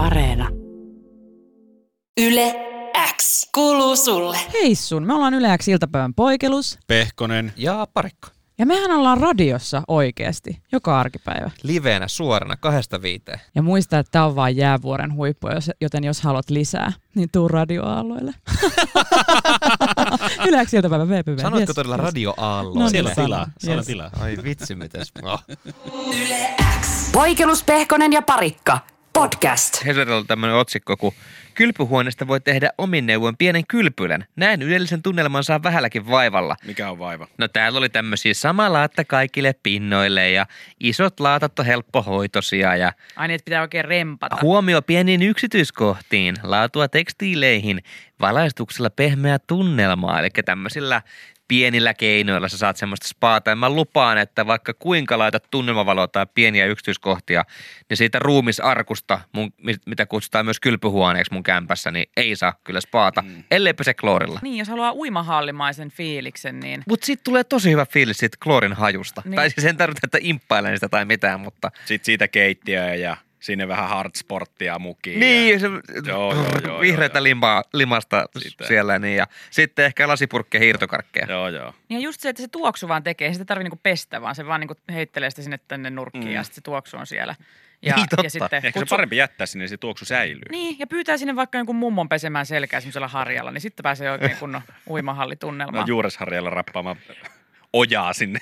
Areena. Yle X kuuluu sulle. Hei sun, me ollaan yleäksi iltapäivän poikelus. Pehkonen. Ja parikko. Ja mehän ollaan radiossa oikeasti, joka arkipäivä. Liveenä suorana kahdesta viiteen. Ja muista, että tää on vaan jäävuoren huippu, jos- joten jos haluat lisää, niin tuu radioaalloille. yleäksi iltapäivän VPV. Sanoitko Yes, todella yes. radioaalloa? No niin, Siellä Siellä on sanon. tilaa. Siellä on Yes. tilaa. Ai vitsi, mitäs. Oh. Poikelus Pehkonen ja Parikka. Podcast. Hesarilla on tämmöinen otsikko, kun kylpyhuoneesta voi tehdä omin neuvoin pienen kylpylän. Näin ylellisen tunnelman saa vähälläkin vaivalla. Mikä on vaiva? No täällä oli tämmöisiä sama laatta kaikille pinnoille ja isot laatat on helppohoitosia ja Ai niin, että pitää oikein rempata. Huomio pieniin yksityiskohtiin, laatua tekstiileihin, valaistuksella pehmeää tunnelmaa. Eli tämmöisillä pienillä keinoilla sä saat semmoista spaata. Ja mä lupaan, että vaikka kuinka laitat tunnelmavaloa tai pieniä yksityiskohtia, niin siitä ruumisarkusta, mun, mit- mitä kutsutaan myös kylpyhuoneeksi mun kämpässä, niin ei saa kyllä spaata, mm. ellei pese kloorilla. Niin, jos haluaa uimahallimaisen fiiliksen, niin Mutta siitä tulee tosi hyvä fiilis siitä kloorin hajusta. Niin. Niin. Tai siis en tarvitse, että imppailen sitä tai mitään, mutta... Sitten siitä keittiöä ja sinne vähän hardsporttia mukiin. Niin, Ja... se, joo, joo, joo, vihreätä joo. limaa, limasta Sitä. Sitä. siellä niin, ja sitten ehkä lasipurkkeja hirtokarkkeja. Joo, joo. niin ja just se, että se tuoksu vaan tekee, ei sitä tarvitse niinku pestä, vaan se vaan niinku heittelee sitä sinne tänne nurkkiin Mm. mm. ja sitten se tuoksu on siellä. Ja, Niin, totta. ja sitten Ehkä se on parempi jättää sinne, se tuoksu säilyy. Niin, ja pyytää sinne vaikka jonkun mummon pesemään selkää semmoisella harjalla, niin sitten pääsee oikein kunnon uimahallitunnelmaan. No juuresharjalla rappaamaan ojaa sinne.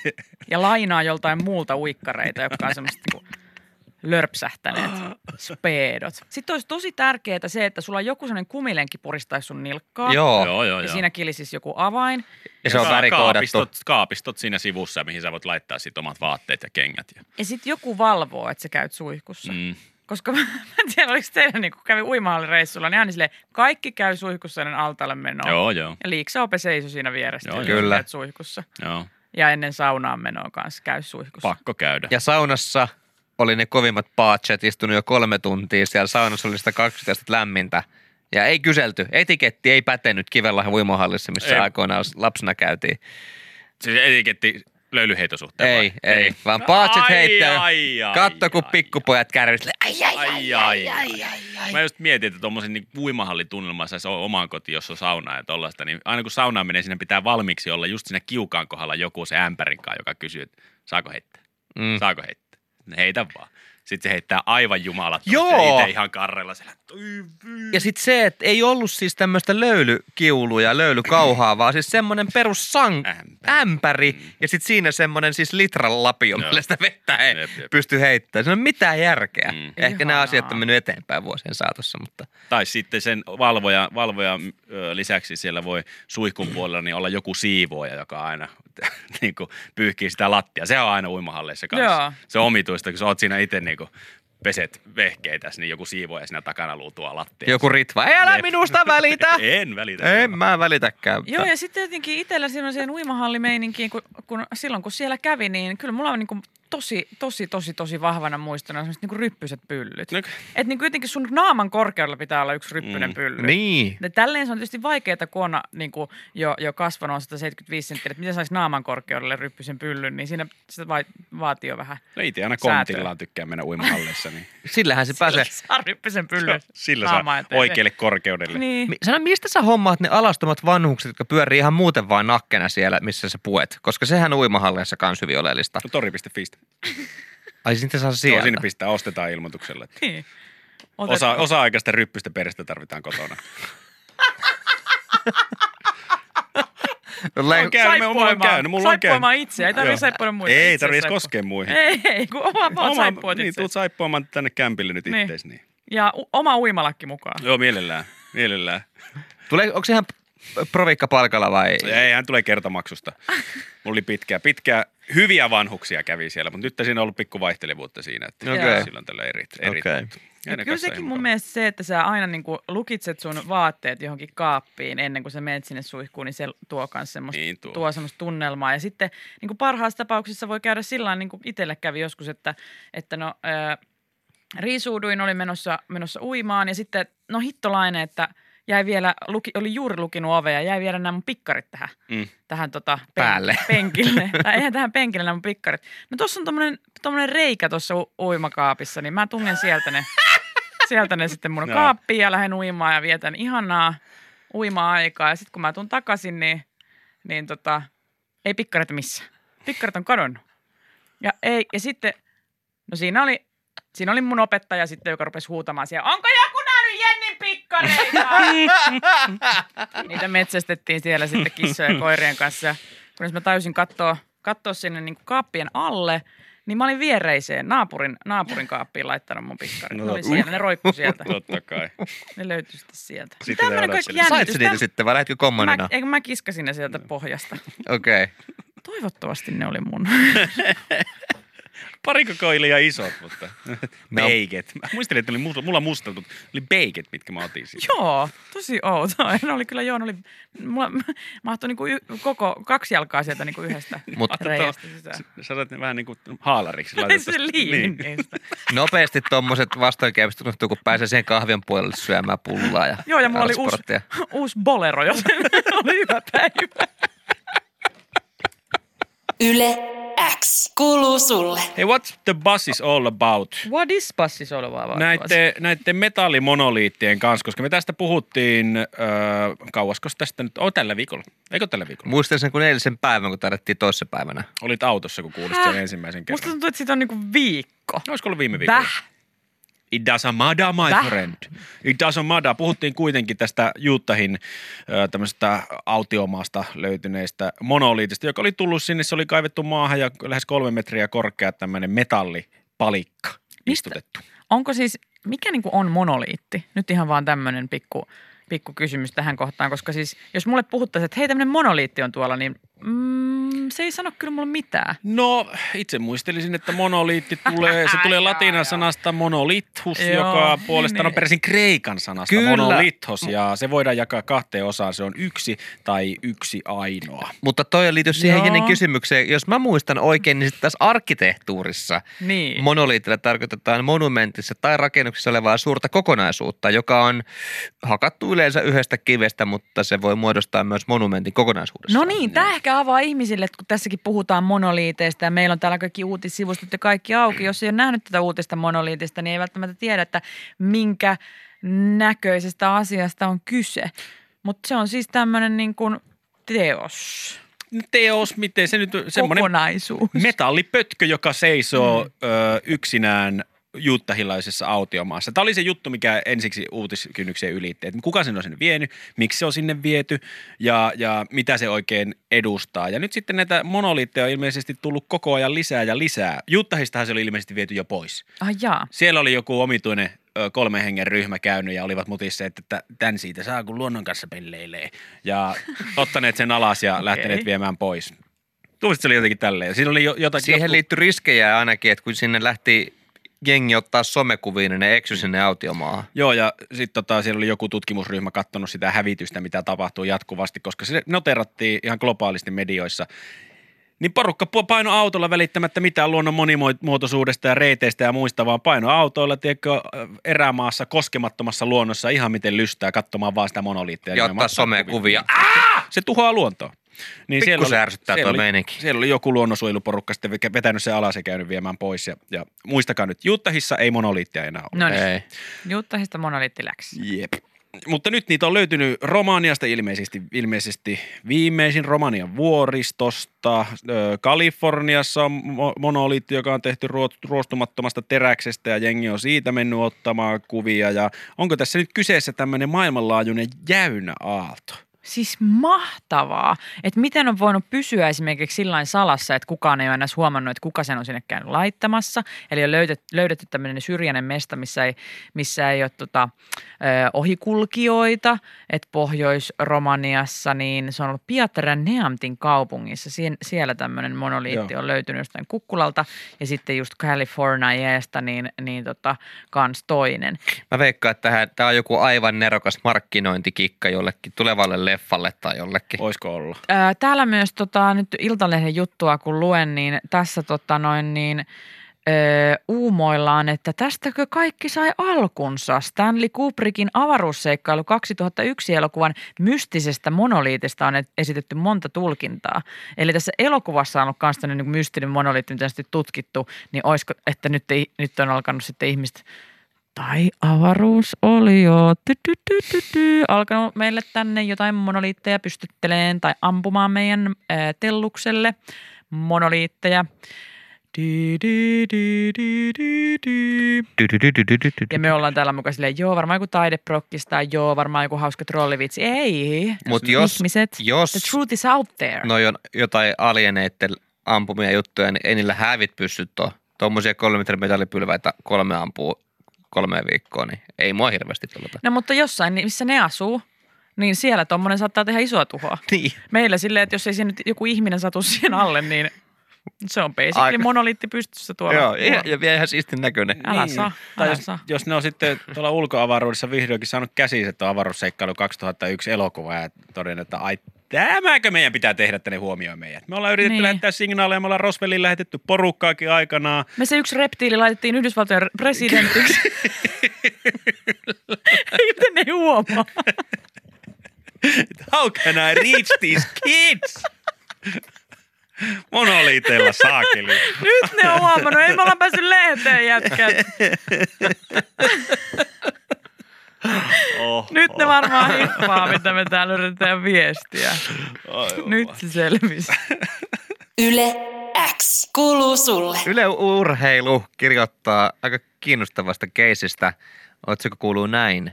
ja lainaa joltain muulta uikkareita, jotka on semmoiset niinku lörpsähtäneet speedot. Sitten olisi tosi tärkeää se, että sulla on joku sellainen kumilenki puristaisi sun nilkkaa. Joo, Joo, joo, Ja joo. siinä kilisisi joku avain. ja se on Ka- värikoodattu. Kaapistot, kaapistot siinä sivussa, mihin sä voit laittaa sit omat vaatteet ja kengät. Ja. Ja sitten joku valvoo, että sä käyt suihkussa. Mm. Koska mä en tiedä, oliko teillä, niin kun kävin uimahallireissulla, niin aina silleen, kaikki käy suihkussa ennen altaalle menoa. No. Joo, joo. Ja liiksaope seisoi siinä vieressä, Joo, jos kyllä. käyt suihkussa. joo. Ja ennen saunaan menoa kanssa käy suihkussa. Pakko käydä. Ja saunassa oli ne kovimmat paatset istunut jo kolme tuntia. Siellä saunassa oli sitä 20 astetta lämmintä. Ja ei kyselty. Etiketti ei pätenyt Kivenlahden uimahallissa, missä Ei. ei. aikoinaan lapsena käytiin. Siis etiketti löylyheitosuhteen Ei, vai? ei, ei, vaan paatset Ai, heittää. ai, ai, Katso, kun ai, pikkupojat kärryt. Ai, ai, Ai, ai, ai, ai. Mä just mietin, että tuommoisen niin uimahallitunnelman saisi olla omaan kotiin, jos on sauna ja tollaista. Niin aina kun saunaan menee, siinä pitää valmiiksi olla just siinä kiukaan kohdalla joku se ämpärinkaan, joka kysyy, että saako heittää, Mm. saako heittää. No Heitä vaan. Sitten se heittää aivan jumalattomasti Joo. Itse ihan karrella siellä. "Oi vii." Ja sitten se, että ei ollut siis tämmöistä löylykiulua ja löylykauhaa, vaan siis semmoinen perus sang, Ämpäri. Mm. ämpäri. ja sitten siinä semmoinen siis litran lapio, Joo. millä sitä vettä ei Jep, jep. pysty heittämään. Se on mitään järkeä. Mm. Mm. Ehkä nämä Ihanaa. asiat on mennyt eteenpäin vuosien saatossa, mutta Tai sitten sen valvoja, valvoja ö, lisäksi siellä voi suihkun puolella niin olla joku siivooja, joka aina niin kuin, pyyhkii sitä lattia. Se on aina uimahalleissa kanssa. Joo. Se on omituista, kun sä oot siinä itse niin kuin, peset vehkeitä, niin joku siivooja siinä takana luutua lattia. joku ritva, ei älä Jep. minusta välitä! en välitä. en mä välitäkään. Joo, ja sitten jotenkin itsellä semmoiseen uimahallimeininkiin, kun, kun, silloin kun siellä kävi, niin kyllä mulla on niin kuin tosi, tosi, tosi, tosi vahvana muistona semmoiset niin ryppyset pyllyt. No- No. Että niin kuitenkin sun naaman korkeudella pitää olla yksi ryppynen Mm. mm. pylly. Niin. Ja Tälleen se on tietysti vaikeaa, kun on niin kuin jo, jo kasvanut on 175 senttiä, että miten saisi naaman korkeudelle ryppysen pyllyn, niin siinä se va- vaatii jo vähän. No itse aina Säätöä. kontillaan tykkää mennä uimahalleissa, niin Sillähän se pääsee. Saa ryppysen pyllyn sillä saa naamaan eteen. oikealle korkeudelle. Niin. Mi- Sano, mistä sä hommaat ne alastomat vanhukset, jotka pyörii ihan muuten vaan nakkena siellä, missä sä puet? Koska sehän on uimahalleissa kans hyvin oleellista. No tori.fistä. Ai sitten saa Joo, sieltä. sinne pistää, ostetaan ilmoituksella. että niin. Otet- Osa, osa-aikaista ryppystä perestä tarvitaan kotona. No, Lä- Okei. käynyt, mulla on Saippuamaan- käynyt, mulla on saippuamaan itseä, ei Joo. tarvitse saippuoida muita. Ei itse tarvitse saippu- koskea muihin. Ei, ei, kun oma vaan saippuat niin, itse. tuut saippuamaan tänne kämpille nyt Niin. ittees. Niin. Ja u- oma uimalakki mukaan. Joo, mielellään. Mielellään. Tulee, onko se ihan provikka palkalla vai? Ei, hän tulee kertamaksusta. Mulla oli pitkää, pitkää, hyviä vanhuksia kävi siellä, mutta nyt siinä on ollut pikku vaihtelevuutta siinä, että okay. Okei. silloin tällä eri, eri Okei. Ja kyllä sekin mun mielestä se, että sä aina niin lukitset sun vaatteet johonkin kaappiin ennen kuin sä menet sinne suihkuun, niin se tuo myös semmoista, Niin tuo. tuo. Tuo semmoista tunnelmaa. Ja sitten niin kuin parhaassa tapauksessa voi käydä sillä niin kuin itselle kävi joskus, että, että no ö, riisuuduin, olin menossa, menossa uimaan ja sitten no hittolainen, että jäi vielä, luki, oli juuri lukinut ovea ja jäi vielä nämä mun pikkarit tähän Mm. tähän tota, pen- Päälle. penkille. tai eihän tähän penkille nämä mun pikkarit. No tossa on tommonen, tommonen reikä tuossa u- uimakaapissa, niin mä tungen sieltä ne. sieltä ne sitten mun Joo. kaappiin ja lähden uimaan ja vietän ihanaa uima-aikaa. Ja sitten kun mä tuun takaisin, niin, niin tota, ei pikkarit missä. Pikkarit on kadonnut. Ja, ei, ja sitten, no siinä oli, siinä oli mun opettaja sitten, joka rupesi huutamaan siellä, onko joku nähnyt Jennin pikkareita? Niitä metsästettiin siellä sitten kissojen ja koirien kanssa. Ja Kunnes mä täysin katsoa, katsoa sinne niin kaappien alle, niin mä olin viereiseen naapurin, naapurin kaappiin laittanut mun pikkarit. No Ne oli totta. siellä, ne roikkui sieltä. Totta kai. Ne löytyi sitten sieltä. Sitten ne Tämmönen odotteli. kaikki Sait sä niitä jännitys. sitten vai Täm- lähdetkö Mä, kommanina? eikö mä kiskasin ne sieltä pohjasta. Okei. Okay. Toivottavasti ne oli mun. Pari koko oli liian isot, mutta No. beiget. Mä muistelin, että oli musta, mulla mustat, mutta oli beiget, mitkä mä otin siitä. Joo, tosi outoa. Ne oli kyllä, joo, ne oli, mulla mahtui niinku y, koko kaksi jalkaa sieltä niinku yhdestä Mut- reiästä sisään. Sä ne vähän niin kuin haalariksi. Ei se niin. liivin niistä. Nopeasti tuommoiset vastoinkäymiset unohtuu, kun pääsee siihen kahvion puolelle syömään pullaa ja Joo, ja mulla oli uusi, sporttia. uusi bolero, joten oli hyvä päivä. Yle X kuuluu sulle. Hei, what's the bus is all about? What is passissa olevaa vaan? Näitte, näitte metallimonoliittien kanssa, koska me tästä puhuttiin, öö, kauasko tästä nyt, oh, tällä viikolla, eikö tällä viikolla? Muistan sen kuin eilisen päivän, kun tarvittiin toisessa päivänä. Olit autossa, kun kuulit sen Häh? ensimmäisen kerran. Musta tuntuu, että siitä on niinku viikko. Olisiko ollut viime No, viikolla? Väh. It doesn't matter, my Väh. friend. It doesn't matter. Puhuttiin kuitenkin tästä Juttahin ö, tämmöisestä autiomaasta löytyneestä monoliitista, joka oli tullut sinne. Se oli kaivettu maahan ja lähes kolme metriä korkea tämmöinen metallipalikka istutettu. Onko siis, mikä niinku on monoliitti? Nyt ihan vaan tämmöinen pikku, pikku kysymys tähän kohtaan, koska siis jos mulle puhuttaisiin, että hei tämmöinen monoliitti on tuolla, niin mm, se ei sano kyllä mulle mitään. No, itse muistelisin, että monoliitti tulee, se tulee Joo, latinan joo. sanasta monolithus, Joo, joka niin, puolestaan on niin. peräisin kreikan sanasta Kyllä. monolithos, ja se voidaan jakaa kahteen osaan. Se on yksi tai yksi ainoa. Mutta toi liittyy siihen Joo. Jennin kysymykseen. Jos mä muistan oikein, niin sitten tässä arkkitehtuurissa Niin. monoliitilla tarkoitetaan monumentissa tai rakennuksessa olevaa suurta kokonaisuutta, joka on hakattu yleensä yhdestä kivestä, mutta se voi muodostaa myös monumentin kokonaisuudessa. No niin, tämä ehkä avaa ihmisille, että kun tässäkin puhutaan monoliiteista ja meillä on täällä kaikki uutissivustot ja kaikki auki. Jos ei ole nähnyt tätä uutista monoliitista, niin ei välttämättä tiedä, että minkä näköisestä asiasta on kyse. Mutta se on siis tämmöinen niin kuin teos, Teos, miten se nyt, semmoinen kokonaisuus. metallipötkö, joka seisoo mm. ö, yksinään juuttahilaisessa autiomaassa. Tämä oli se juttu, mikä ensiksi uutiskynnyksen ylitti, että kuka sen on sinne vienyt, miksi se on sinne viety ja, ja mitä se oikein edustaa. Ja nyt sitten näitä monoliitteja on ilmeisesti tullut koko ajan lisää ja lisää. Juuttahistahan se oli ilmeisesti viety jo pois. Ai jaa. Siellä oli joku omituinen ö, kolmen hengen ryhmä käynyt ja olivat mutisseet, että tämän siitä saa, kun luonnon kanssa pelleilee. Ja ottaneet sen alas ja lähteneet Okei. viemään pois. Tuosta se oli jotenkin tälleen. Siinä oli jo, jotakin, Siihen jotkut- liittyy riskejä ainakin, että kun sinne lähti jengi ottaa somekuviin, niin ne eksy sinne autiomaahan. Joo, ja sitten tota, siellä oli joku tutkimusryhmä katsonut sitä hävitystä, mitä tapahtuu jatkuvasti, koska se noterattiin ihan globaalisti medioissa. Niin porukka pu- paino autolla välittämättä mitään luonnon monimuotoisuudesta ja reiteistä ja muista, vaan paino autoilla, tiedätkö, äh, erämaassa, koskemattomassa luonnossa ihan miten lystää katsomaan vaan sitä monoliittia. Ja nimenomaan ottaa somekuvia. Ah! se tuhoaa luontoa. Niin Pikkusen ärsyttää siellä toi oli- meininki. Siellä oli joku luonnonsuojeluporukka sitten ve- vetänyt sen alas ja käynyt viemään pois. Ja, ja muistakaa nyt, Juttahissa ei monoliittia enää ole. No niin, Ei. Juttahista monoliitti läksi. Jep. Mutta nyt niitä on löytynyt Romaniasta ilmeisesti, ilmeisesti viimeisin Romanian vuoristosta. Ö, Kaliforniassa on mo- monoliitti, joka on tehty ruo- ruostumattomasta teräksestä ja jengi on siitä mennyt ottamaan kuvia. Ja onko tässä nyt kyseessä tämmöinen maailmanlaajuinen jäynäaalto? Siis mahtavaa, että miten on voinut pysyä esimerkiksi sillain salassa, että kukaan ei ole enää huomannut, että kuka sen on sinne käynyt laittamassa. Eli on löydetty, löydetty tämmöinen syrjäinen mesta, missä ei, missä ei ole tota, ö, ohikulkijoita. Että Pohjois-Romaniassa, niin se on ollut Piatra Neamtin kaupungissa. Siin, siellä tämmöinen monoliitti Joo. on löytynyt jostain kukkulalta ja sitten just Californiasta, niin, niin tota, kans toinen. Mä veikkaan, että tämä on joku aivan nerokas markkinointikikka jollekin tulevalle leffalle tai jollekin. Voisiko olla? Ää, Täällä myös tota, nyt Iltalehden juttua kun luen, niin tässä tota, noin, niin, öö, uumoillaan, että tästäkö kaikki sai alkunsa Stanley Kubrickin avaruusseikkailu 2001 elokuvan mystisestä monoliitista on et- esitetty monta tulkintaa. Eli tässä elokuvassa on ollut myös niin mystinen monoliitti, mitä on sitten tutkittu, niin olisiko, että nyt, ei- nyt on alkanut sitten ihmiset Tai avaruus oli jo ty, ty, ty, ty, ty, alkanut meille tänne jotain monoliitteja pystytteleen tai ampumaan meidän ää, tellukselle monoliitteja. Di, di, di, di, di, di. Ja me ollaan täällä mukaan silleen, joo varmaan joku taideprokkis tai joo varmaan joku hauska trollivitsi. Ei, Mut jos- ihmiset, Jos the truth is out there. noi on jotain alieneiden ampumia juttuja, niin ei niillä hävit pysty tuo. Tuommoisia kolme metrin metallipylväitä kolme ampuu kolme viikkoa, niin ei mua hirveästi pelota. No mutta jossain, niin missä ne asuu, niin siellä tommonen saattaa tehdä isoa tuhoa. Niin. Meillä silleen, että jos ei siinä nyt joku ihminen satu siihen alle, niin se on basically Aika- Aika. monoliitti pystyssä tuolla. Joo, ja, niin. ja vielä ihan siistin näköinen. Älä saa, Niin. Tai älä jos, saa. jos ne on sitten tuolla ulkoavaruudessa vihdoinkin saanut käsiinsä tuon avaruusseikkailu 2001 elokuva ja todennut, että ai tämäkö meidän pitää tehdä, että ne huomioi meidät. Me ollaan yritetty niin. Niin. lähettää signaaleja, me ollaan Roswellin lähetetty porukkaakin aikanaan. Me se yksi reptiili laitettiin Yhdysvaltojen presidentiksi. Miten ne huomaa? How can I reach these kids? Monoliiteilla saakeli. Nyt ne on huomannut. Ei me olla päässyt lehteen jätkät. Oho. Nyt ne varmaan hippaa, mitä me täällä yritetään viestiä. Nyt se selvisi. Yle X kuuluu sulle. Yle Urheilu kirjoittaa aika kiinnostavasta keisistä. Otsikko kuuluu näin.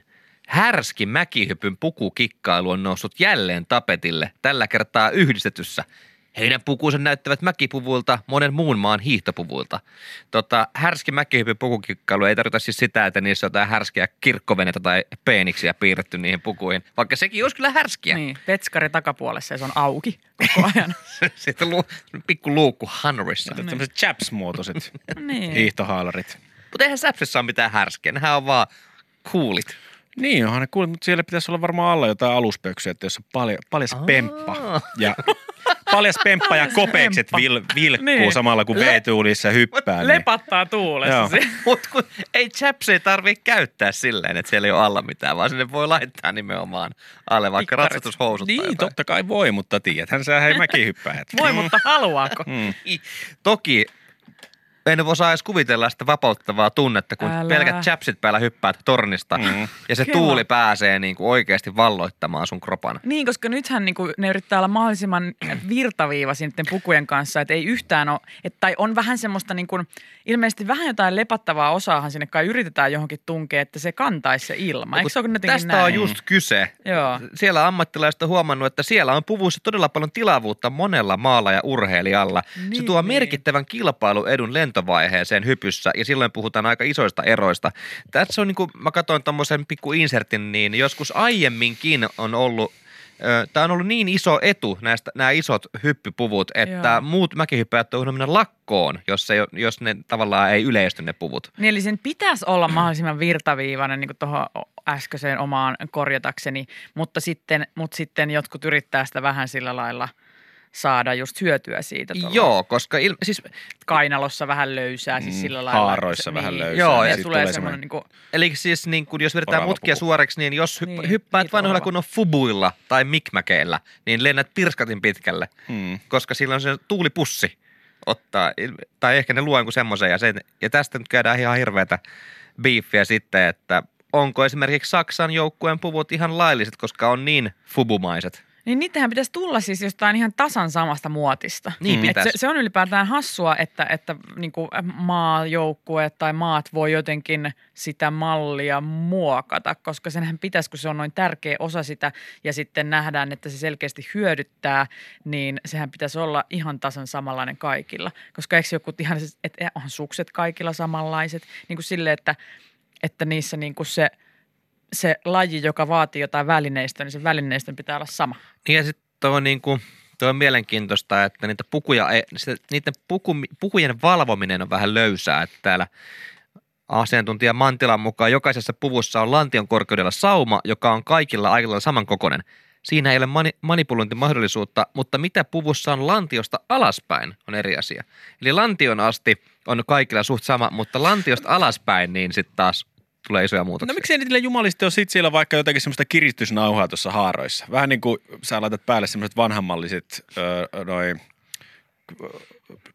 Härski mäkihypyn pukukikkailu on noussut jälleen tapetille, tällä kertaa yhdistetyssä. Heidän pukuunsa näyttävät mäkipuvuilta monen muun maan hiihtopuvuilta. Tota, härski mäkihypyn pukukikkailu ei tarkoita siis sitä, että niissä on jotain härskiä kirkkovenetä tai peeniksiä piirretty niihin pukuihin, vaikka sekin olisi kyllä härskiä. Niin, petskari takapuolessa ja se on auki koko ajan. Sitten lu- pikku luukku hanurissa. Tämmöiset chaps-muotoiset Niin. hiihtohaalarit. Mutta eihän Säpsissä ole mitään härskiä, nehän on vaan kuulit. Niin onhan ne kuulit, mutta siellä pitäisi olla varmaan alla jotain aluspöksyä, että jos on palja, paljas Aa. pemppa ja paljas pemppa ja kopeikset pemppa. vil, vilkkuu niin. Niin. samalla kun veetuulissa hyppää. Niin. Lepattaa Joo. tuulessa. se. Mutta kun ei chaps ei tarvitse käyttää silleen, että siellä ei ole alla mitään, vaan sinne voi laittaa nimenomaan alle vaikka Pikkarit. ratsastushousut. tai Niin, jotain. totta kai voi, mutta tiedäthän sä hei mäkin hyppäät. Voi, mutta haluaako? Mm. Toki en osaa edes kuvitella sitä vapauttavaa tunnetta, kun Älä. Älä. pelkät chapsit päällä hyppäät tornista Mm. mm. ja se Kela. tuuli pääsee niinku oikeasti valloittamaan sun kropan. Niin, koska nythän niin kuin, ne yrittää olla mahdollisimman virtaviivaisin niiden pukujen kanssa, että ei yhtään ole, että, tai on vähän semmoista niin kuin, ilmeisesti vähän jotain lepattavaa osaahan sinne kai yritetään johonkin tunkea, että se kantaisi se ilma. Eikö se ole jotenkin No Tästä näin? on just kyse. Joo. Ah. Siellä ammattilaiset on huomannut, että siellä on puvuissa todella paljon tilavuutta monella maalla ja urheilijalla. Niin, se Niin, tuo niin. merkittävän kilpailuedun lentovaiheeseen hypyssä ja silloin puhutaan aika isoista eroista. Tässä on niin kuin, mä katsoin tuommoisen pikku insertin, niin joskus aiemminkin on ollut Tämä on ollut niin iso etu, näistä, nämä isot hyppypuvut, että Joo. Joo. muut mäkihyppäjät on voinut mennä lakkoon, jos, ei, jos ne tavallaan ei yleisty ne puvut. Niin eli sen pitäisi olla mahdollisimman virtaviivainen niin tuohon äskeiseen omaan korjatakseni, mutta sitten, mutta sitten jotkut yrittää sitä vähän sillä lailla saada just hyötyä siitä. tuolla Joo, koska il, siis Kainalossa vähän löysää, siis Mm, sillä lailla. että haaroissa vähän löysää, Joo, ja, ja ja sit tulee tulee semmoinen niin kuin, Eli siis niin kun jos vedetään Orava mutkia puku. suoreksi, niin jos hypp- niin, Niin, hyppäät niitä vanhoilla orava. kunnon fubuilla tai mikmäkeillä, niin lennät pirskatin pitkälle, Mm. koska silloin se tuulipussi ottaa, il- tai ehkä ne luo jonkun semmoisen. Ja, sen, ja tästä nyt käydään ihan hirveätä biiffiä sitten, että onko esimerkiksi Saksan joukkueen puvut ihan lailliset, koska on niin fubumaiset. Niin niitähän pitäisi tulla siis jostain ihan tasan samasta muotista. Niin Et pitäisi. se, se on ylipäätään hassua, että, että niinku maajoukkueet tai maat voi jotenkin sitä mallia muokata, koska senhän pitäisi, kun se on noin tärkeä osa sitä ja sitten nähdään, että se selkeästi hyödyttää, niin sehän pitäisi olla ihan tasan samanlainen kaikilla. Koska eikö joku ihan, siis- että onhan sukset kaikilla samanlaiset, niin kuin sille, että, että niissä niinku se, se laji, joka vaatii jotain välineistöä, niin se välineistön pitää olla sama. Niin ja sitten tuo niinku, toi on mielenkiintoista, että niitä pukuja, ei- se, niiden puku, pukujen valvominen on vähän löysää, että täällä asiantuntija Mantilan mukaan jokaisessa puvussa on lantion korkeudella sauma, joka on kaikilla aika lailla samankokoinen. Siinä ei ole mani- manipulointimahdollisuutta, mutta mitä puvussa on lantiosta alaspäin on eri asia. Eli lantion asti on kaikilla suht sama, mutta lantiosta alaspäin niin sitten taas tulee isoja muutoksia. No miksei niillä jumalisti ole sit siellä vaikka jotakin semmoista kiristysnauhaa tuossa haaroissa? Vähän niin kuin sä laitat päälle semmoiset vanhammalliset öö, noin,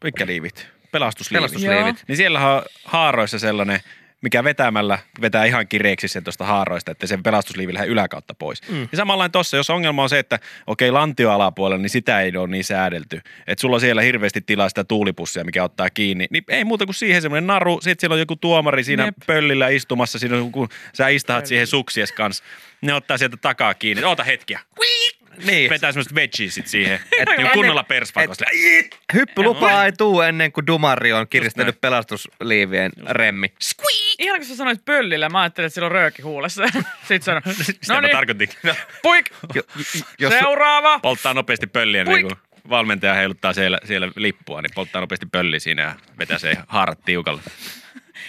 mitkä liivit? Pelastusliivit. Pelastusliivit. Joo. Niin siellä on haaroissa sellainen mikä vetämällä vetää ihan kireeksi sen tuosta haaroista, että sen pelastusliivi lähde yläkautta pois. Mm. Ja samanlainen tuossa, jos ongelma on se, että okei lantioalapuolella, niin sitä ei ole niin säädelty. Että sulla on siellä hirveästi tilaa sitä tuulipussia, mikä ottaa kiinni. Niin ei muuta kuin siihen semmoinen naru, sit siellä on joku tuomari siinä Jep. pöllillä istumassa, siinä on, kun sä istahat siihen suksies kanssa. Ne ottaa sieltä takaa kiinni. Oota hetkiä. Niin. Vetää semmoiset veggie sit siihen. Ennen- Niin kunnolla persvakosta. Hyppylupaa ei tuu ennen kuin Dumari on kiristänyt pelastusliivien remmi. Ihan kun sä sanoit pöllillä, mä ajattelin, että sillä on rööki huulessa. Sitten sanon, Sitä no mä niin, tarkoitinkin. puik, Jo, j- jos, seuraava. Polttaa nopeasti pölliä, niin Puik. kun valmentaja heiluttaa siellä, siellä lippua, niin polttaa nopeasti pölliä siinä ja vetää se haarat tiukalle.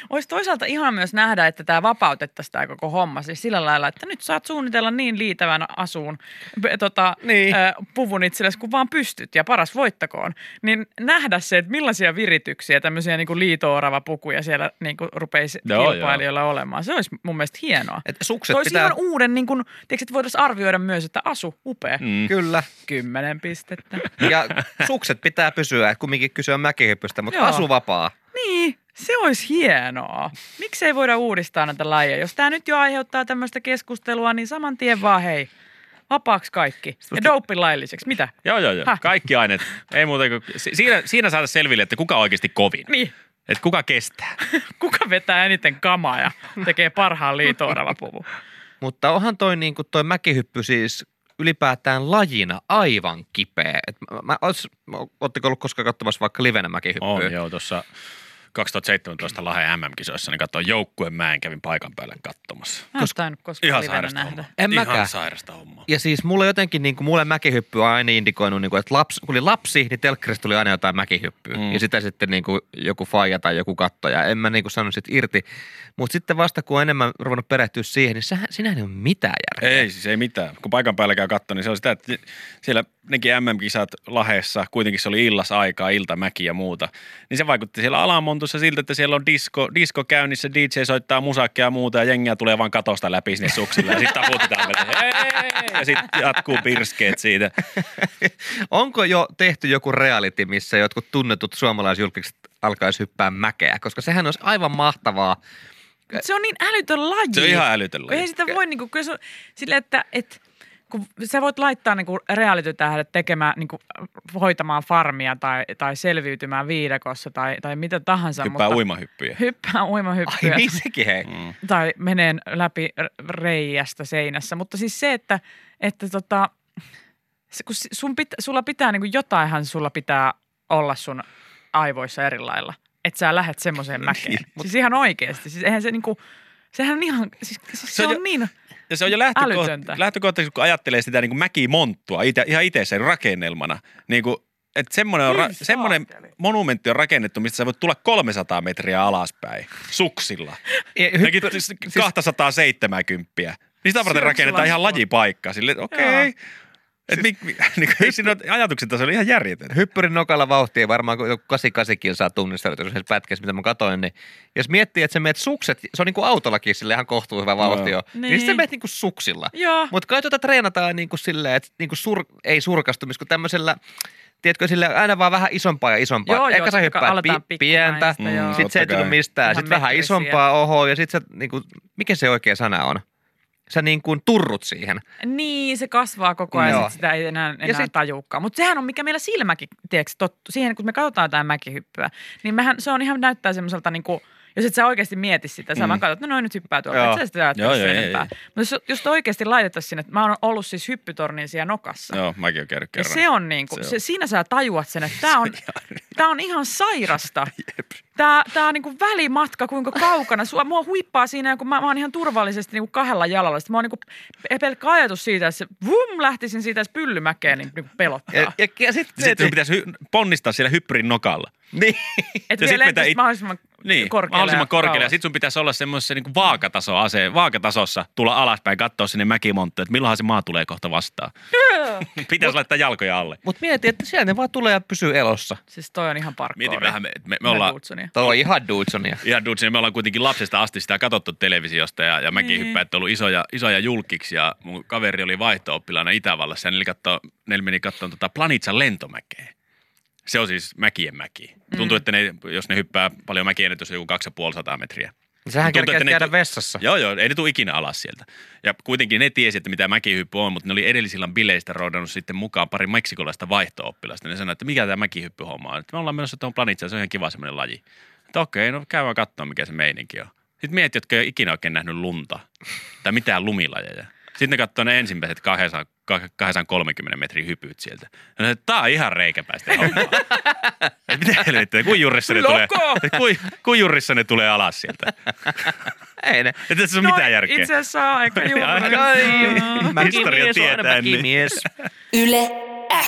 Olisi toisaalta ihan myös nähdä, että tämä vapautettaisiin tämä koko homma. Siis sillä lailla, että nyt saat suunnitella niin liitävän asuun p- tota, Niin. ö, puvun itsellesi, kun vaan pystyt ja paras voittakoon. Niin nähdä se, että millaisia virityksiä tämmöisiä niin liitoorava pukuja siellä niin rupeisi Joo, kilpailijoilla olemaan. Se olisi mun mielestä hienoa. et sukset Toisi pitää... ihan uuden, niin kuin, tiedätkö, että voitaisiin arvioida myös, että asu, upea. Mm. Kyllä. Kymmenen pistettä. Ja sukset pitää pysyä, et kumminkin kysyä mäkihypystä, mutta Joo. asu vapaa. Niin, se olisi hienoa. Miksei voida uudistaa näitä lajeja? Jos tämä nyt jo aiheuttaa tämmöistä keskustelua, niin saman tien vaan hei. Vapaaksi kaikki. Ja dopin lailliseksi. Mitä? Joo, joo, joo. Häh? Kaikki aineet. Ei muuta kuin, si- siinä, siinä saada selville, että kuka oikeasti kovin. Niin. Että kuka kestää. Kuka vetää eniten kamaa ja tekee parhaan liitoorava puvun? Mutta onhan toi, niin kuin toi mäkihyppy siis ylipäätään lajina aivan kipeä. Et mä, mä, ois, ootteko ollut koskaan katsomassa vaikka livenä mäkihyppyä? On joo, tuossa 2017 Lahden MM-kisoissa, niin katsoin joukkueen mäen kävin paikan päällä katsomassa. Mä en Kos- tainnut koskaan Ihan livenä sairasta nähdä. hommaa. En Ihan mäkään. sairasta hommaa. Ja siis mulle jotenkin, niin kuin, mulle mäkihyppy on aina indikoinut, niin kuin, että lapsi, kun oli lapsi, niin telkkarissa tuli aina jotain mäkihyppyä. Mm. Ja sitä sitten niin kuin, joku faija tai joku kattoja. En mä niin kuin, sanonut sit irti. Mutta sitten vasta kun on enemmän ruvennut perehtyä siihen, niin sehän, sinähän ei ole mitään järkeä. Ei siis ei mitään. Kun paikan päällä käy katsoa, niin se on sitä, että siellä nekin MM-kisat Lahessa, kuitenkin se oli illas aikaa, iltamäki ja muuta. Niin se vaikutti siellä alamontussa siltä, että siellä on disko, disko käynnissä, DJ soittaa musakkia ja muuta ja jengiä tulee vaan katosta läpi sinne suksilla ja sitten taputetaan. veteen. Hei! ja sitten jatkuu pirskeet siitä. Onko jo tehty joku reality, missä jotkut tunnetut suomalaisjulkiset alkaisi hyppää mäkeä? Koska sehän olisi aivan mahtavaa. Mut Se on niin älytön laji. Se on ihan älytön laji. Ei sitä voi niinku, kyllä se on sille, että et, kun sä voit laittaa niinku reality-tähdet tekemään, niinku, hoitamaan farmia tai, tai selviytymään viidakossa tai, tai mitä tahansa. Hyppää mutta, uimahyppyjä. Hyppää Ai uimahyppyä niin sekin hei. Mm. tai menee läpi r- reiästä seinässä. Mutta siis se, että, että tota, se, kun si- sun pit, sulla pitää niin kuin jotainhan sulla pitää olla sun aivoissa eri lailla, että sä lähet semmoiseen mäkeen. siis ihan oikeasti. Siis eihän se niinku, sehän on ihan, siis, siis se, on on, jo- niin, Ja se on jo lähtökohta, Älytöntä. lähtökohtaisesti, kun ajattelee sitä niin kuin mäkimonttua ite, ihan itse sen rakennelmana. Niin kuin, että semmoinen, on, ra- Hyi semmoinen saakeli. monumentti on rakennettu, mistä sä voit tulla 300 metriä alaspäin suksilla. Jokin Hyppy, siis 270. Niin sitä varten Syöksy rakennetaan ihan laskuun. lajipaikka. Silleen, että okei. Joo. Okay. Et siis, mi, mi, niin siinä on ajatukset tasolla ihan järjetön. hyppyrin nokalla vauhtia varmaan kun joku 88 saa tunnisteltu yhdessä pätkässä, mitä mä katsoin, niin jos miettii, että sä meet sukset, se on niin kuin autollakin sille ihan kohtuu hyvä vauhti jo, niin, niin Niin. sitten sä meet niin kuin suksilla. joo. Mutta kai tuota treenataan niin kuin silleen, että niin kuin sur, ei surkastumis, kun tämmöisellä, tiedätkö, sillä aina vaan vähän isompaa ja isompaa. Joo, joo, Eikä sä joka hyppäät aletaan pi- pientä, pikkunaista, joo. sitten se ei Mm, Totta kai. tullut mistään, Ihan sitten vähän metrisiä. isompaa, oho, ja sitten sä, niin kuin, mikä se oikea sana on? Sä niin kuin turrut siihen. Niin, se kasvaa koko ajan, Joo. sit sitä ei enää, enää sit- sit... tajuukaan. Mutta sehän on, mikä meillä silmäkin, tiedätkö, tottu, siihen kun me katsotaan jotain mäkihyppyä, niin mehän, se on ihan näyttää semmoiselta niinku, jos et sä oikeasti mieti sitä, sä mm. vaan katsot, no noin nyt hyppää tuolla, Joo. et sä sitä ajattele Joo, sen joo, ei, enempää. Mutta jos, jos oikeasti laitettaisiin sinne, että mä oon ollut siis hyppytornin siellä nokassa. Joo, mäkin olen käynyt Ja kerran. se on niin kuin, Se se on. siinä sä tajuat sen, että tämä on, tää on ihan sairasta. Tämä, tää on niin kuin välimatka, kuinka kaukana. Sua, mua huippaa siinä, kun mä, mä oon ihan turvallisesti niin kuin kahdella jalalla. Sitten mä oon niin kuin, pelkkä ajatus siitä, että se vum, lähtisin siitä edes pyllymäkeen, niin, niin kuin pelottaa. Ja, ja, ja sitten Sitten sun pitäisi hy- ponnistaa siellä hyppyrin nokalla. niin. Et ja sit vie mitä lentäisit it- mahdollisimman Niin, korkealle. mahdollisimman ja korkealle. Ja kauas. sit sun pitäisi olla semmoisessa niin vaakataso ase, vaakatasossa tulla alaspäin, katsoa sinne mäkimonttu, että milloinhan se maa tulee kohta vastaan. pitäisi laittaa jalkoja alle. Mutta mieti, että siellä ne vaan tulee ja pysyy elossa. Siis toi on ihan parkkoori. Mietin vähän, me, me, me ollaan, Tuo on ihan Dudsonia. ihan dudes, me ollaan kuitenkin lapsesta asti sitä katsottu televisiosta ja, ja mäkin Niin. hyppäät on ollut isoja, isoja julkiksi ja mun kaveri oli vaihto-oppilaana Itävallassa ja ne, katso, ne meni katsomaan tota Planitsan lentomäkeä. Se on siis mäkien mäki. Tuntuu, mm. että ne, jos ne hyppää paljon mäkiä, niin jos on joku 2500 metriä. Sähän Tuntuu, että kerkeät ne käydä tu- vessassa. Joo, joo, ei ne tule ikinä alas sieltä. Ja kuitenkin ne tiesi, että mitä mäkihyppy on, mutta ne oli edellisillä bileistä roudannut sitten mukaan pari meksikolaista vaihto-oppilasta. Ne sanoi, että mikä tämä mäkihyppyhomma on. Että me ollaan menossa tuohon planitsaan, se on ihan kiva semmoinen laji. Että okei, no käydään katsomaan, mikä se meininki on. Sitten mietit, jotka ei ole ikinä oikein nähnyt lunta tai mitään lumilajeja. Sitten ne katsoo ne ensimmäiset 200 kah- 230 metrin hypyt sieltä. Ja ne, että Tää on ihan reikäpäistä hommaa. Et Mitä helvettiä, kun jurissa ne tulee, Loko! kun, kun jurissa ne tulee alas sieltä. Ei ne. Että tässä on mitään järkeä. No, Itse asiassa on aika Ai. no, juuri. Historia Mäkimies on aina tietää, niin. mäkimies. Yle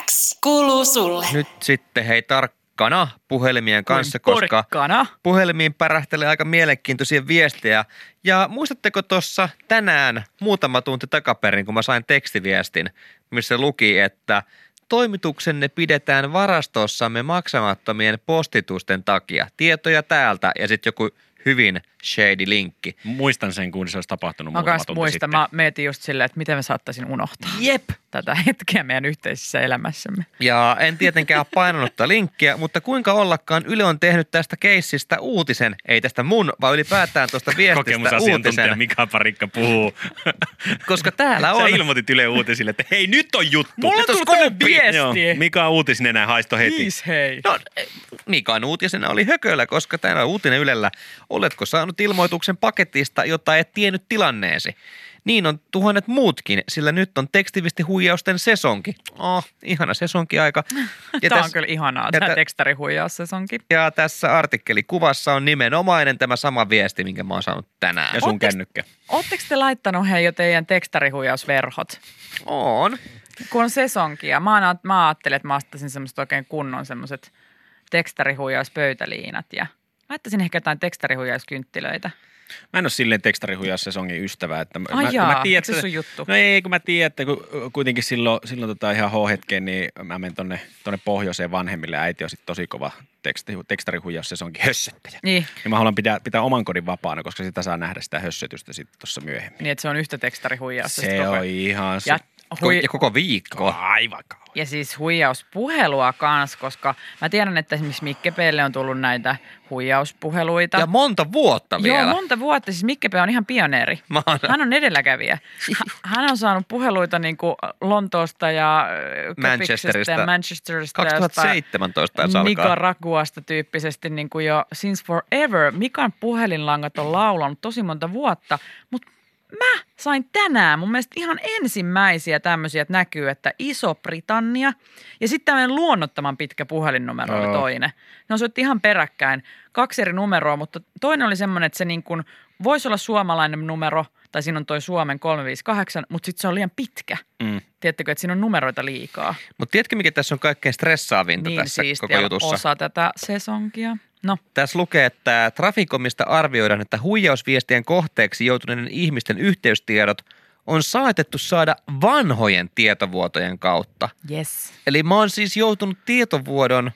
X kuuluu sulle. Nyt sitten hei tarkkana puhelimien kanssa, koska Porkkana. puhelimiin pärähtelee aika mielenkiintoisia viestejä. Ja muistatteko tuossa tänään muutama tunti takaperin, kun mä sain tekstiviestin, missä luki, että toimituksenne pidetään varastossamme maksamattomien postitusten takia. Tietoja täältä ja sitten joku hyvin shady linkki. Muistan sen, kun se olisi tapahtunut Mä muutama kans tunti muistan, sitten. mä mietin just silleen, että miten me saattaisin unohtaa Jep! tätä hetkeä meidän yhteisessä elämässämme. Ja en tietenkään ole painanut tätä linkkiä, mutta kuinka ollakaan Yle on tehnyt tästä keissistä uutisen, ei tästä mun, vaan ylipäätään tuosta viestistä Kokemusasiantuntija uutisen, Mika Parikka puhuu. koska täällä Sä on... ilmoitit Yle Uutisille, että hei nyt on juttu. Mulla on Nyt tullut tämmönen skuuppi. viesti. Niin. Mika Uutisnenä haisto heti. Kiis hei. No, Mikan uutisena oli hököllä, koska täällä on uutinen Ylellä. Oletko saanut ilmoituksen paketista, jota et tiennyt tilanneesi? Niin on tuhannet muutkin, sillä nyt on tekstivistihuijausten sesonki. Oh, ihana sesonkiaika. Ja Tämä on tässä- kyllä ihanaa, ja tämä tä- tekstarihuijaus sesonkin. Ja tässä artikkelikuvassa on nimenomainen tämä sama viesti, minkä mä oon saanut tänään. Ja sun Ootteks- kännykkä. Oletteko te laittanut hei jo teidän tekstarihuijausverhot? On. Kun on sesonkia. Mä, aat- mä ajattelin, että mä ostaisin semmoiset oikein kunnon semmoiset tekstarihuijauspöytäliinat ja laittaisin ehkä jotain tekstarihuijauskynttilöitä. Mä en ole silleen tekstarihuijaa sesongin ystävä. Että mä, Ai mä, jaa, mä tiedän, eikö se sun juttu? No ei, kun mä tiedän, että kun kuitenkin silloin, silloin tota ihan H-hetkeen, niin mä menen tonne, tonne pohjoiseen vanhemmille. Äiti on sitten tosi kova teksti, tekstarihuijaus sesongin hössöttäjä. Niin, Ja mä haluan pitää, pitää oman kodin vapaana, koska sitä saa nähdä sitä hössötystä sitten tuossa myöhemmin. niin että se on yhtä tekstarihuijausta. sit Se koko ajan. on ihan se ja, hui, Ja koko viikko. aivan kauan. Ja siis huijauspuhelua kans, koska mä tiedän, että esimerkiksi Mikke Pelle on tullut näitä huijauspuheluita. Ja monta vuotta vielä. Joo, monta vuotta. Siis Mikke P on ihan pioneeri. Mä oon- Hän on edelläkävijä. H- Hän on saanut puheluita niin kuin Lontoosta ja ö, Köpiksestä Manchesterista. ja Manchesterista. ja jostain 2017 taisi alkaa. Nicaraguasta tyyppisesti niin kuin jo since forever. Mikan puhelinlangat on laulanut tosi monta vuotta, mutta mä sain tänään mun mielestä ihan ensimmäisiä tämmöisiä, että näkyy, että Iso-Britannia ja sitten tämmöinen luonnottoman pitkä puhelinnumero oli Joo. toinen. Ne soitti ihan peräkkäin, kaksi eri numeroa, mutta toinen oli semmoinen, että se niin kuin voisi olla suomalainen numero, tai siinä on toi Suomen 358, mutta sitten se on liian pitkä. Mm. Tiedättekö, että siinä on numeroita liikaa Mutta tiedätkö, mikä tässä on kaikkein stressaavinta Niin tässä koko ja jutussa? Niin siis osa tätä sesonkia. No, Tässä lukee, että Trafikomista arvioidaan, että huijausviestien kohteeksi joutuneiden ihmisten yhteystiedot on saatettu saada vanhojen tietovuotojen kautta. yes. Eli mä oon siis joutunut tietovuodon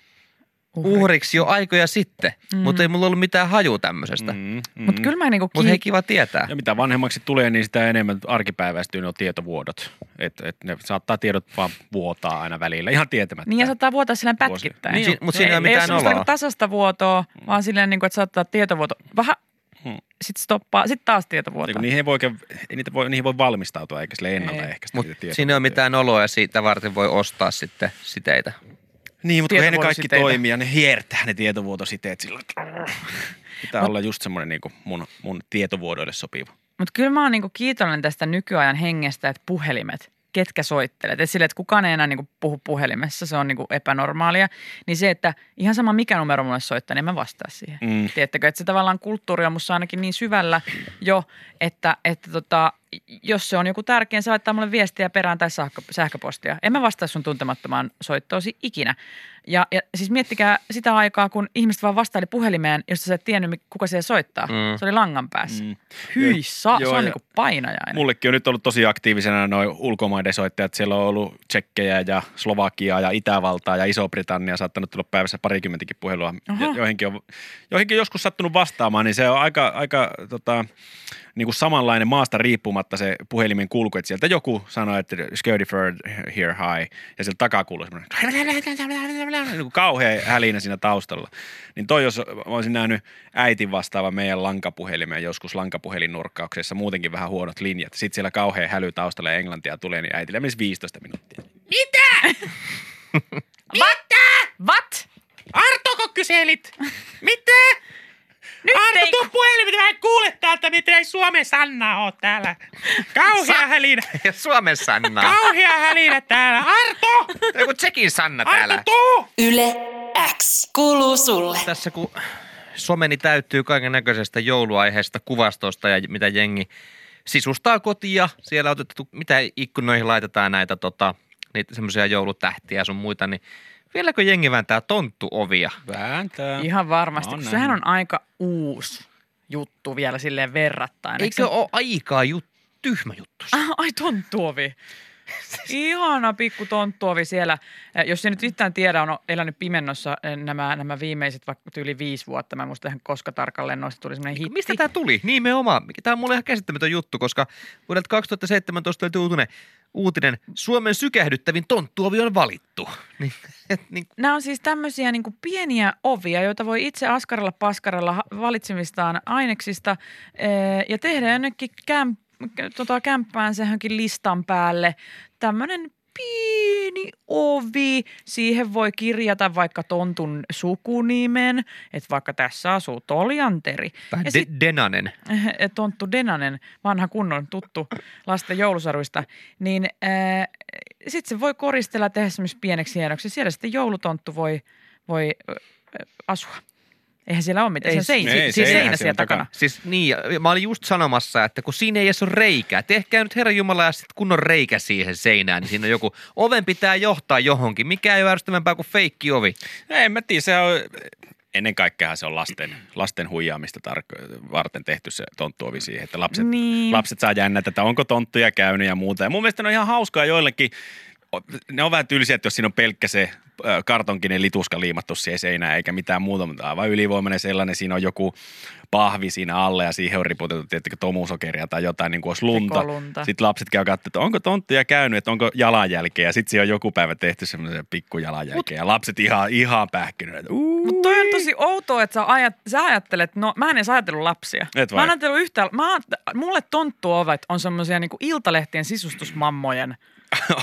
uhriksi jo aikoja sitten, mm. mutta ei mulla ollut mitään haju tämmöisestä. Mm. Mm, Mutta kyllä mä niinku Mutta hei, kiin... kiva tietää. Ja mitä vanhemmaksi tulee, niin sitä enemmän arkipäiväistyy nuo tietovuodot. Että et ne saattaa tiedot vaan vuotaa aina välillä, ihan tietämättä. Niin ja saattaa vuotaa silleen Vuosi. pätkittäin. Niin, Mut siinä ei ole ei ole mitään Mm. semmoista oloa. niinku tasasta vuotoa, vaan silleen, niinku, että saattaa tietovuoto vähän, Mm. Hmm. sitten stoppaa, sitten taas tietovuoto. Niin, niihin, ei voi oikein, ei niitä voi, niihin voi valmistautua eikä sille ennaltaehkäistä Mutta niitä tietoja. siinä ei ole mitään oloa ja siitä varten voi ostaa sitten siteitä. Niin, mutta kun ei ne kaikki tietovuotositeitä. toimia, ne hiertää ne tietovuotositeet silloin. Pitää olla just semmoinen niin mun, mun tietovuodoille sopiva. Mutta kyllä mä oon niinku kiitollinen tästä nykyajan hengestä, että puhelimet, ketkä soittelet. Et sille, että kukaan ei enää niinku puhu puhelimessa, se on niinku epänormaalia. Niin se, että ihan sama mikä numero mulle soittaa, niin en mä vastaa siihen. Mm. Tiedättekö, että se tavallaan kulttuuri on musta ainakin niin syvällä jo, että, että tota, jos se on joku tärkeä, niin se laittaa mulle viestiä perään tai sähkö, sähköpostia. En mä vastaa sun tuntemattomaan soittoosi ikinä. Ja, ja siis miettikää sitä aikaa, kun ihmiset vaan vastaili puhelimeen, josta sä et tiennyt, mi- kuka siellä soittaa. Mm. Se oli langan päässä. Mm. Hyi, sa, Joo, se on ja- niinku painajainen. Mullekin on nyt ollut tosi aktiivisena noin ulkomaiden soittajat. Siellä on ollut tsekkejä ja Slovakiaa ja Itävaltaa ja Iso-Britannia saattanut tulla päivässä parikymmentäkin puhelua. Oho. Jo, joihinkin, on, joihinkin joskus sattunut vastaamaan, niin se on aika, aika tota, niin kuin niinku samanlainen maasta riippumatta huomaamatta se puhelimen kulku, että sieltä joku sanoi, että Sködiford here high, ja sieltä takaa kuului semmoinen niin kauhea hälinä siinä taustalla. Niin toi, jos mä olisin nähnyt äitin vastaava meidän lankapuhelimeen joskus lankapuhelinnurkkauksessa, muutenkin vähän huonot linjat. Sitten siellä kauhea häly taustalla ja englantia tulee, niin äitillä menisi 15 minuuttia. What? Artoko kyselit? Mitä? Nyt Arto, ei- tuu puhelimeen, mä en kuule täältä, miten Suomen Sanna on täällä. Kauhea Sa- hälinä. Ja Suomen Sanna. Kauhea hälinä täällä. Arto! Joku Tsekin Sanna Arto, täällä. tuu! Yle X kuuluu sulle. Tässä kun someni täyttyy kaiken näköisestä jouluaiheesta kuvastosta ja mitä jengi sisustaa kotia. Siellä on otettu, mitä ikkunoihin laitetaan näitä tota, niitä semmoisia joulutähtiä sun muita, niin vieläkö jengi vääntää tonttuovia? Vääntää. Ihan varmasti, Mä oon kun sehän nähnyt. on aika uusi juttu vielä silleen verrattain. Eikö ole aikaa jut, tyhmä juttu? se? Ah, ai tonttuovi. Ihana pikku tonttuovi siellä. Eh, Jos ei nyt yhtään tiedä, on elänyt pimennossa eh, nämä, nämä viimeiset vaikka yli viisi vuotta. Mä en muista ihan koska tarkalleen noista tuli semmoinen hitti. Mistä tämä tuli? Nimenomaan. Tämä on mulle ihan käsittämätön juttu, koska vuodelta 2017 löytyi uutinen, uutinen Suomen sykähdyttävin tonttuovi on valittu. Niin, et, niin, Nämä on siis tämmöisiä niin pieniä ovia, joita voi itse askaralla paskaralla ha- valitsemistaan aineksista eh, ja tehdä jonnekin kämp- kä- tota, kämppään sehänkin listan päälle tämmöinen pieni ovi. Siihen voi kirjata vaikka tontun sukunimen, että vaikka tässä asuu Toljanteri. vähän Ja de- sit- Denanen. Eh, Tonttu Denanen, vanha kunnon tuttu lasten joulusaruista, niin äh, sitten se voi koristella tehdä semmoisessa pieneksi hienoksi. Siellä sitten joulutonttu voi, voi äh, asua. Eihän siellä ole mitään. Ei, Ei, se on sein- si- ei, siis seinähän seinä siellä siellä takana. takana. Siis niin, ja mä olin just sanomassa, että kun siinä ei edes ole reikää, tehkää nyt Herra Jumala ja sitten kun on reikä siihen seinään, niin siinä on joku, oven pitää johtaa johonkin, mikä ei ole ärsyttävämpää kuin feikki ovi. En mä tiedä, se on... Ennen kaikkea se on lasten, lasten huijaamista tarko- varten tehty se tonttuovi siihen, että lapset, Niin. lapset saa jännätä, että onko tonttuja käynyt ja muuta. Ja mun mielestä ne on ihan hauskaa joillekin, ne on vähän tylsiä, että jos siinä on pelkkä se ö, kartonkinen lituska liimattu siihen seinään eikä mitään muuta, mutta aivan ylivoimainen sellainen, siinä on joku pahvi siinä alle ja siihen on riputettu tietenkin tomusokeria tai jotain, niin kuin olisi lunta. Rikolunta. Sitten lapset käy katsomaan, että onko tonttuja käynyt, että onko jalanjälkeä ja sitten siinä on joku päivä tehty semmoisen pikkujalanjälkeä ja lapset ihan, ihan pähkinyt, että uu. Mutta toi on tosi outoa, että sä, ajat, sä ajattelet, no mä en edes ajatellut lapsia. Et mä en vai? ajatellut yhtään, mä, aat- mulle tonttuovet on semmoisia niinku iltalehtien sisustusmammojen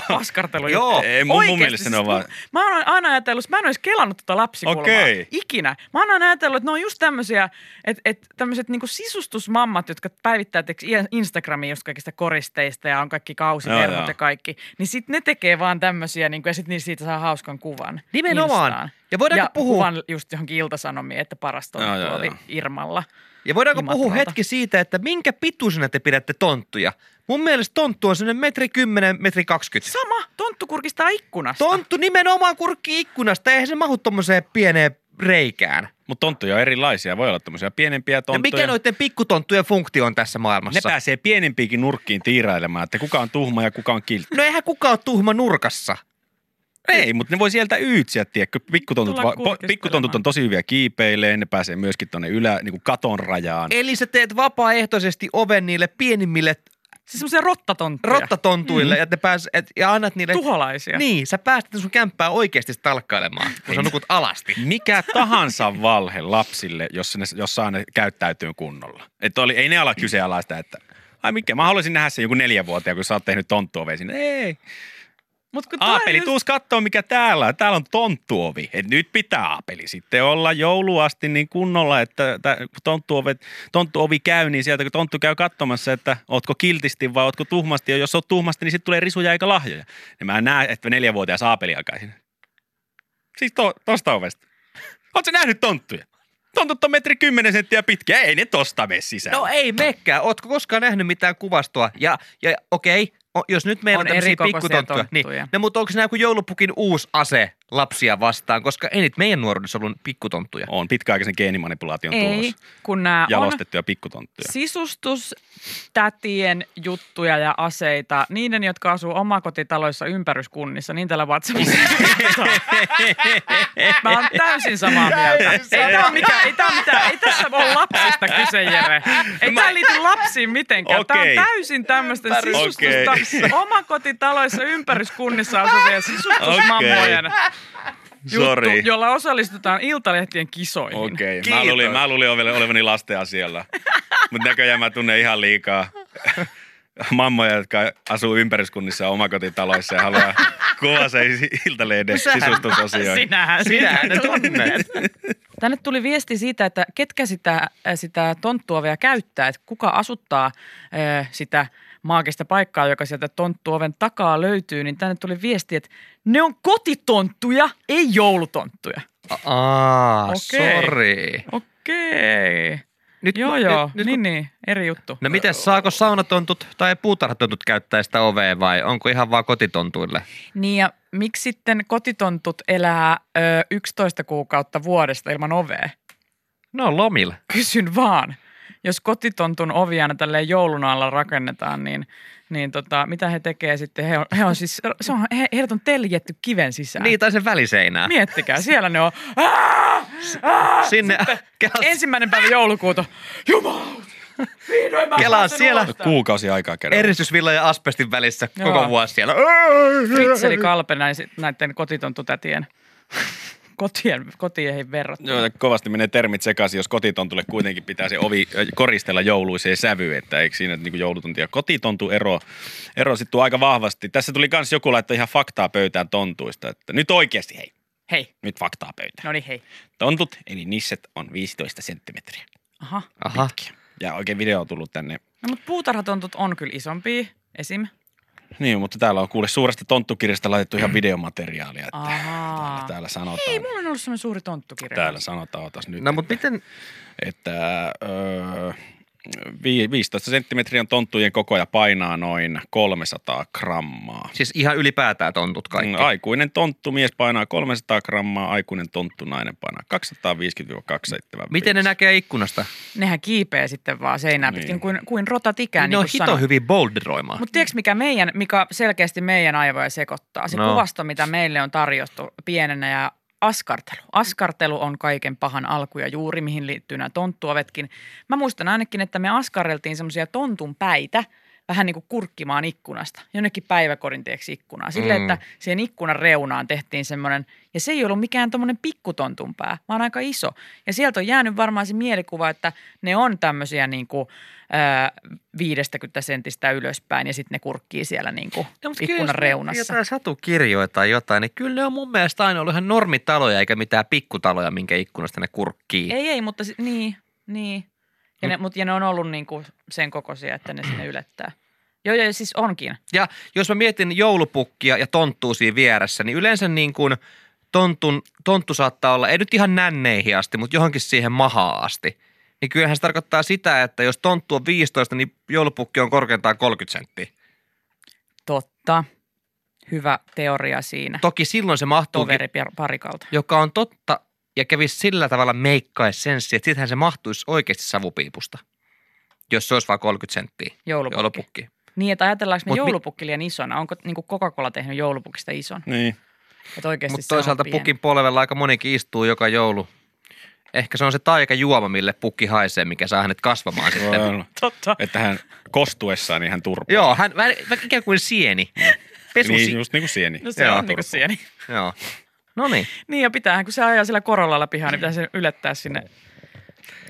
askartelu. Joo, ei, mun- mun Oikeesti, siis mielestä ne on vaan- Mä oon aina ajatellut, mä en olisi kelannut tota lapsikulmaa Okei. ikinä. Mä oon aina ajatellut, että ne on just tämmöisiä, että, että tämmöiset niinku sisustusmammat, jotka päivittää teks, Instagramiin just kaikista koristeista ja on kaikki Joo, joo. kausiverhot ja kaikki. Niin sit ne tekee vaan tämmöisiä niinku, ja sit niistä siitä saa hauskan kuvan. Nimenomaan. Instaan. Ja voidaanko ja puhua- kuvan just johonkin iltasanomiin, että paras joo, tonttu oli joo. Irmalla. Ja voidaanko puhua Imatralta. hetki siitä, että minkä pituisena te pidätte tonttuja? Mun mielestä tonttu on sellainen metri 10, metri 20. Sama, tonttu kurkistaa ikkunasta. Tonttu nimenomaan kurkki ikkunasta, eihän se mahu tommoseen pieneen reikään. Mutta tonttuja on erilaisia. Voi olla tämmöisiä pienempiä Ja tonttuja. No mikä noiden pikkutonttujen funktio on tässä ne maailmassa? pääsee pienempiinkin nurkkiin tiirailemaan, että kuka on tuhma ja kuka on kiltti. No eihän kukaan ole tuhma nurkassa. Ei, mutta ne voi sieltä yytsiä, tiedätkö? Pikkutontut, Tulla va- po- kurkistelemaan. pikkutontut on tosi hyviä kiipeileen, ne pääsee myöskin tuonne ylä, niin kuin katon rajaan. Eli sä teet vapaaehtoisesti oven niille pienimmille Siis semmoisia rottatonttuja. rottatontuille mm. ja, ne pääs, et, ja annat niille... Tuholaisia. Niin, sä päästät sun kämppää oikeasti talkkailemaan, kun sä nukut alasti. Mikä tahansa valhe lapsille, jos, ne, jos saa ne käyttäytyy kunnolla. Että oli, ei ne ala kyseenalaista, että ai mikä, mä haluaisin nähdä sen joku neljänvuotiaan, kun sä oot tehnyt tonttuoveen sinne. Ei. Mut kun toi on Aapeli, just- tuus kattoo mikä täällä on. Täällä on tonttuovi. Et nyt pitää Aapeli sitten olla jouluasti niin kunnolla, että tä- kun tonttuovi, tonttuovi käy, niin sieltä kun tonttu käy katsomassa, että ootko kiltisti vai ootko tuhmasti. Ja jos oot tuhmasti, niin sitten tulee risuja eikä lahjoja. Ja mä näen, että neljävuotias Aapeli alkaa siinä. Siis to, tosta ovesta. Ootko nähnyt tonttuja? Tontut on metri kymmenen senttiä pitkiä. Ei ne tosta mene sisään. No ei mekään. Ootko koskaan nähnyt mitään kuvastoa? Ja, ja okei, o- jos nyt meillä on, On on tämmöisiä erikokoisia pikkutonttuja, niin, tonttuja. no, mutta onko nämä joku joulupukin uusi ase lapsia vastaan, koska ei niitä meidän nuoruudessa ollut pikkutonttuja. On pitkäaikaisen geenimanipulaation Ei, tulos. kun nämä on Jalostettuja pikkutonttuja. sisustustätien juttuja ja aseita, niiden, jotka asuu omakotitaloissa ympäryskunnissa, niin täällä WhatsAppissa. Mä oon täysin samaa mieltä. Ei tää, on mitään, ei, tää on mitään, ei tässä ole lapsista kyse, Jere. Ei tää liity lapsiin mitenkään. Tää Okei. on täysin tämmöistä sisustusta Okei. omakotitaloissa ympäryskunnissa asuvien sisustusmammojen juttu, Sori. jolla osallistutaan iltalehtien kisoihin. Okei, okay. Kiitos. mä luulin, mä luulin olevani- olevani lasten asialla. Mutta näköjään mä tunnen ihan liikaa mammoja, jotka asuu ympäriskunnissa omakotitaloissa ja haluaa kuvassa iltalehden sisustusasioihin. Sinähän, Sinähän ne tunnet. Tänne tuli viesti siitä, että ketkä sitä, äh, sitä tonttuovea käyttää, että kuka asuttaa eh, sitä maagista paikkaa, joka sieltä tonttuoven takaa löytyy, niin tänne tuli viesti, että ne on kotitonttuja, ei joulutonttuja. Aa, Okei. sori. Okei. Nyt, Joo, joo. Nyt, nyt, niin, kun- niin. Eri juttu. No miten, saako saunatontut tai puutarhatontut käyttää sitä ovea vai onko ihan vaan kotitontuille? Niin ja miksi sitten kotitontut elää ö, 11 kuukautta vuodesta ilman ovea? No lomilla. kysyn vaan. Jos kotitontun ovia aina tälleen joulun alla rakennetaan, niin, niin tota, mitä he tekee sitten? He on, he on siis, se on, he, heidät on teljetty kiven sisään. Niin, tai sen väliseinää. Miettikää, siellä ne on. Aa! Aa! Sinne Kela, Ensimmäinen päivä joulukuuta. Jumala! Vihdoin mä Kelaa pääsen siellä ulos täältä. Kuukausi aikaa käydä. eristysvilla ja asbestin välissä Joo. koko vuosi siellä. Fritseli kalpe näis- näiden kotitontutätien kotien, kotien No. verrattuna. Joo, ja kovasti menee termit sekaisin, jos kotitontulle kuitenkin pitää se ovi ö, koristella jouluiseen sävyyn, että eikö siinä niin joulutunti ja kotitontu ero, ero sitten aika vahvasti. Tässä tuli myös joku laittaa ihan faktaa pöytään tontuista, että nyt oikeasti hei, Hei, nyt faktaa pöytään. no niin hei. Tontut, eli nisset, on 15 senttimetriä. Aha. Aha. Ja oikein video on tullut tänne. No mutta puutarhatontut on kyllä isompia, esim. Niin, mutta täällä on kuule suuresta tonttukirjasta laitettu ihan videomateriaalia. Että Ahaa. täällä, täällä sanotaan, Ei, mulla on ollut semmoinen suuri tonttukirja. täällä sanotaan, otas nyt, No mutta miten, että öö, vi- 15 senttimetriä on tonttujen koko ja painaa noin 300 grammaa. siis ihan ylipäätään tontut kaikki. Mm, Aikuinen tonttumies painaa 300 grammaa, aikuinen tonttunainen painaa 250-275. Miten ne näkee ikkunasta? Nehän kiipee sitten vaan seinää Niin. niin. pitkin, kuin, kuin rotat ikään. ne on hito hyvin boulderoimaan. Mutta tiedätkö, mikä, meidän, mikä selkeästi meidän aivoja sekoittaa? Se No. no. kuvasto, mitä meille on tarjottu pienenä ja askartelu. Askartelu on kaiken pahan alku ja juuri, mihin liittyy nämä tonttuovetkin. Mä muistan ainakin, että me askarreltiin semmoisia tontun päitä vähän niin kuin kurkkimaan ikkunasta, jonnekin päiväkorin teeksi ikkunaa. Silleen, Mm. että siihen ikkunan reunaan tehtiin semmoinen, ja se ei ollut mikään tuommoinen pikkutontun pää, vaan aika iso. Ja sieltä on jäänyt varmaan se mielikuva, että ne on tämmöisiä niin kuin, ää, 50 sentistä ylöspäin ja sitten ne kurkkii siellä niin kuin No, mut kyllä ikkunan jos reunassa. Jotain satukirjoja tai jotain, niin kyllä ne on mun mielestä aina ollut ihan normitaloja eikä mitään pikkutaloja, minkä ikkunasta ne kurkkii. Ei, ei, mutta si- niin, niin. Ja ne, mut, ja ne on ollut niin kuin sen kokoisia, että ne sinne ylettää. Joo, joo, siis onkin. Ja jos mä mietin joulupukkia ja tonttuu siinä vieressä, niin yleensä niin kuin tontun, tonttu saattaa olla, ei nyt ihan nänneihin asti, mutta johonkin siihen mahaan asti. Niin kyllähän se tarkoittaa sitä, että jos tonttu on 15, niin joulupukki on korkeintaan 30 senttiä. Totta. Hyvä teoria siinä. Toki silloin se mahtuu, Toveri par- parikalta. joka on totta ja kävisi sillä tavalla meikkaisi sen sijaan, että sittenhän se mahtuisi oikeasti savupiipusta, jos se olisi vain 30 senttiä Joulupukki. joulupukki. Niin, että ajatellaanko ne Mut mi- joulupukki liian isona? Onko niin Coca-Cola tehnyt joulupukista ison? Niin. Että oikeasti Mutta se on toisaalta pieni. pukin polvella aika monikin istuu joka joulu. Ehkä se on se taikajuoma, mille pukki haisee, mikä saa hänet kasvamaan Voi sitten. olla. Totta. Että hän kostuessaan, niin hän turpaa. Joo, hän vähän vähän ikään kuin sieni. Pesusi. Mm. Niin, just niin kuin sieni. No se Joo, on niin kuin sieni. Joo. No niin. Niin ja pitäähän, kun se ajaa sillä korolalla pihaan, niin pitää se ylettää sinne.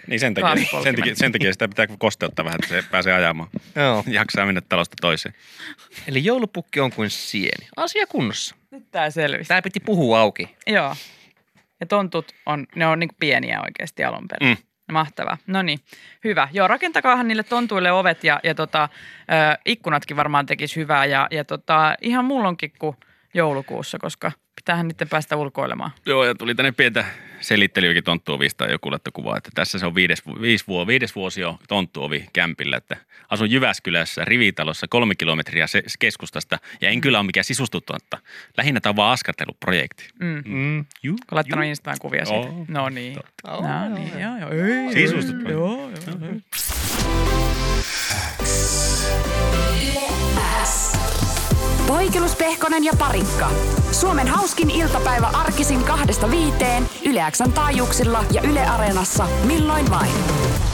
Niin sen takia, Kaasupolkimen. sen, takia, sen takia sitä pitää kosteuttaa vähän, että se pääsee ajamaan. Joo. Jaksaa mennä talosta toiseen. Eli joulupukki on kuin sieni. Asia kunnossa. Nyt tää selvisi. Tämä piti puhua auki. Joo. Ja tontut on, ne on niin pieniä oikeasti alun perin. Mm. Mm. Mahtavaa. No niin, hyvä. Joo, rakentakaahan niille tontuille ovet ja, ja tota, ö, ikkunatkin varmaan tekisi hyvää. Ja, ja tota, ihan mullonkin kuin joulukuussa, koska pitäähän niiden päästä ulkoilemaan. Joo, ja tuli tänne pientä selittelijöikin tonttuovista ja joku laittoi kuvaa, että tässä se on viides, vu- viisi vuo, viides vuosi on tonttuovi kämpillä, että asun Jyväskylässä rivitalossa kolme kilometriä se, keskustasta ja en kyllä ole mikään sisustuttamatta. Lähinnä tämä on vaan askarteluprojekti. Mm. Mm. Juu, Oh. Kun laittanut Instaan kuvia siitä. Joo. No niin. No niin, joo, joo. Ei, Sisustut. Joo, joo, joo. Poikelus, Pehkonen ja Parikka. Suomen hauskin iltapäivä arkisin kahdesta viiteen Yle Xn taajuuksilla ja Yle Areenassa milloin vain.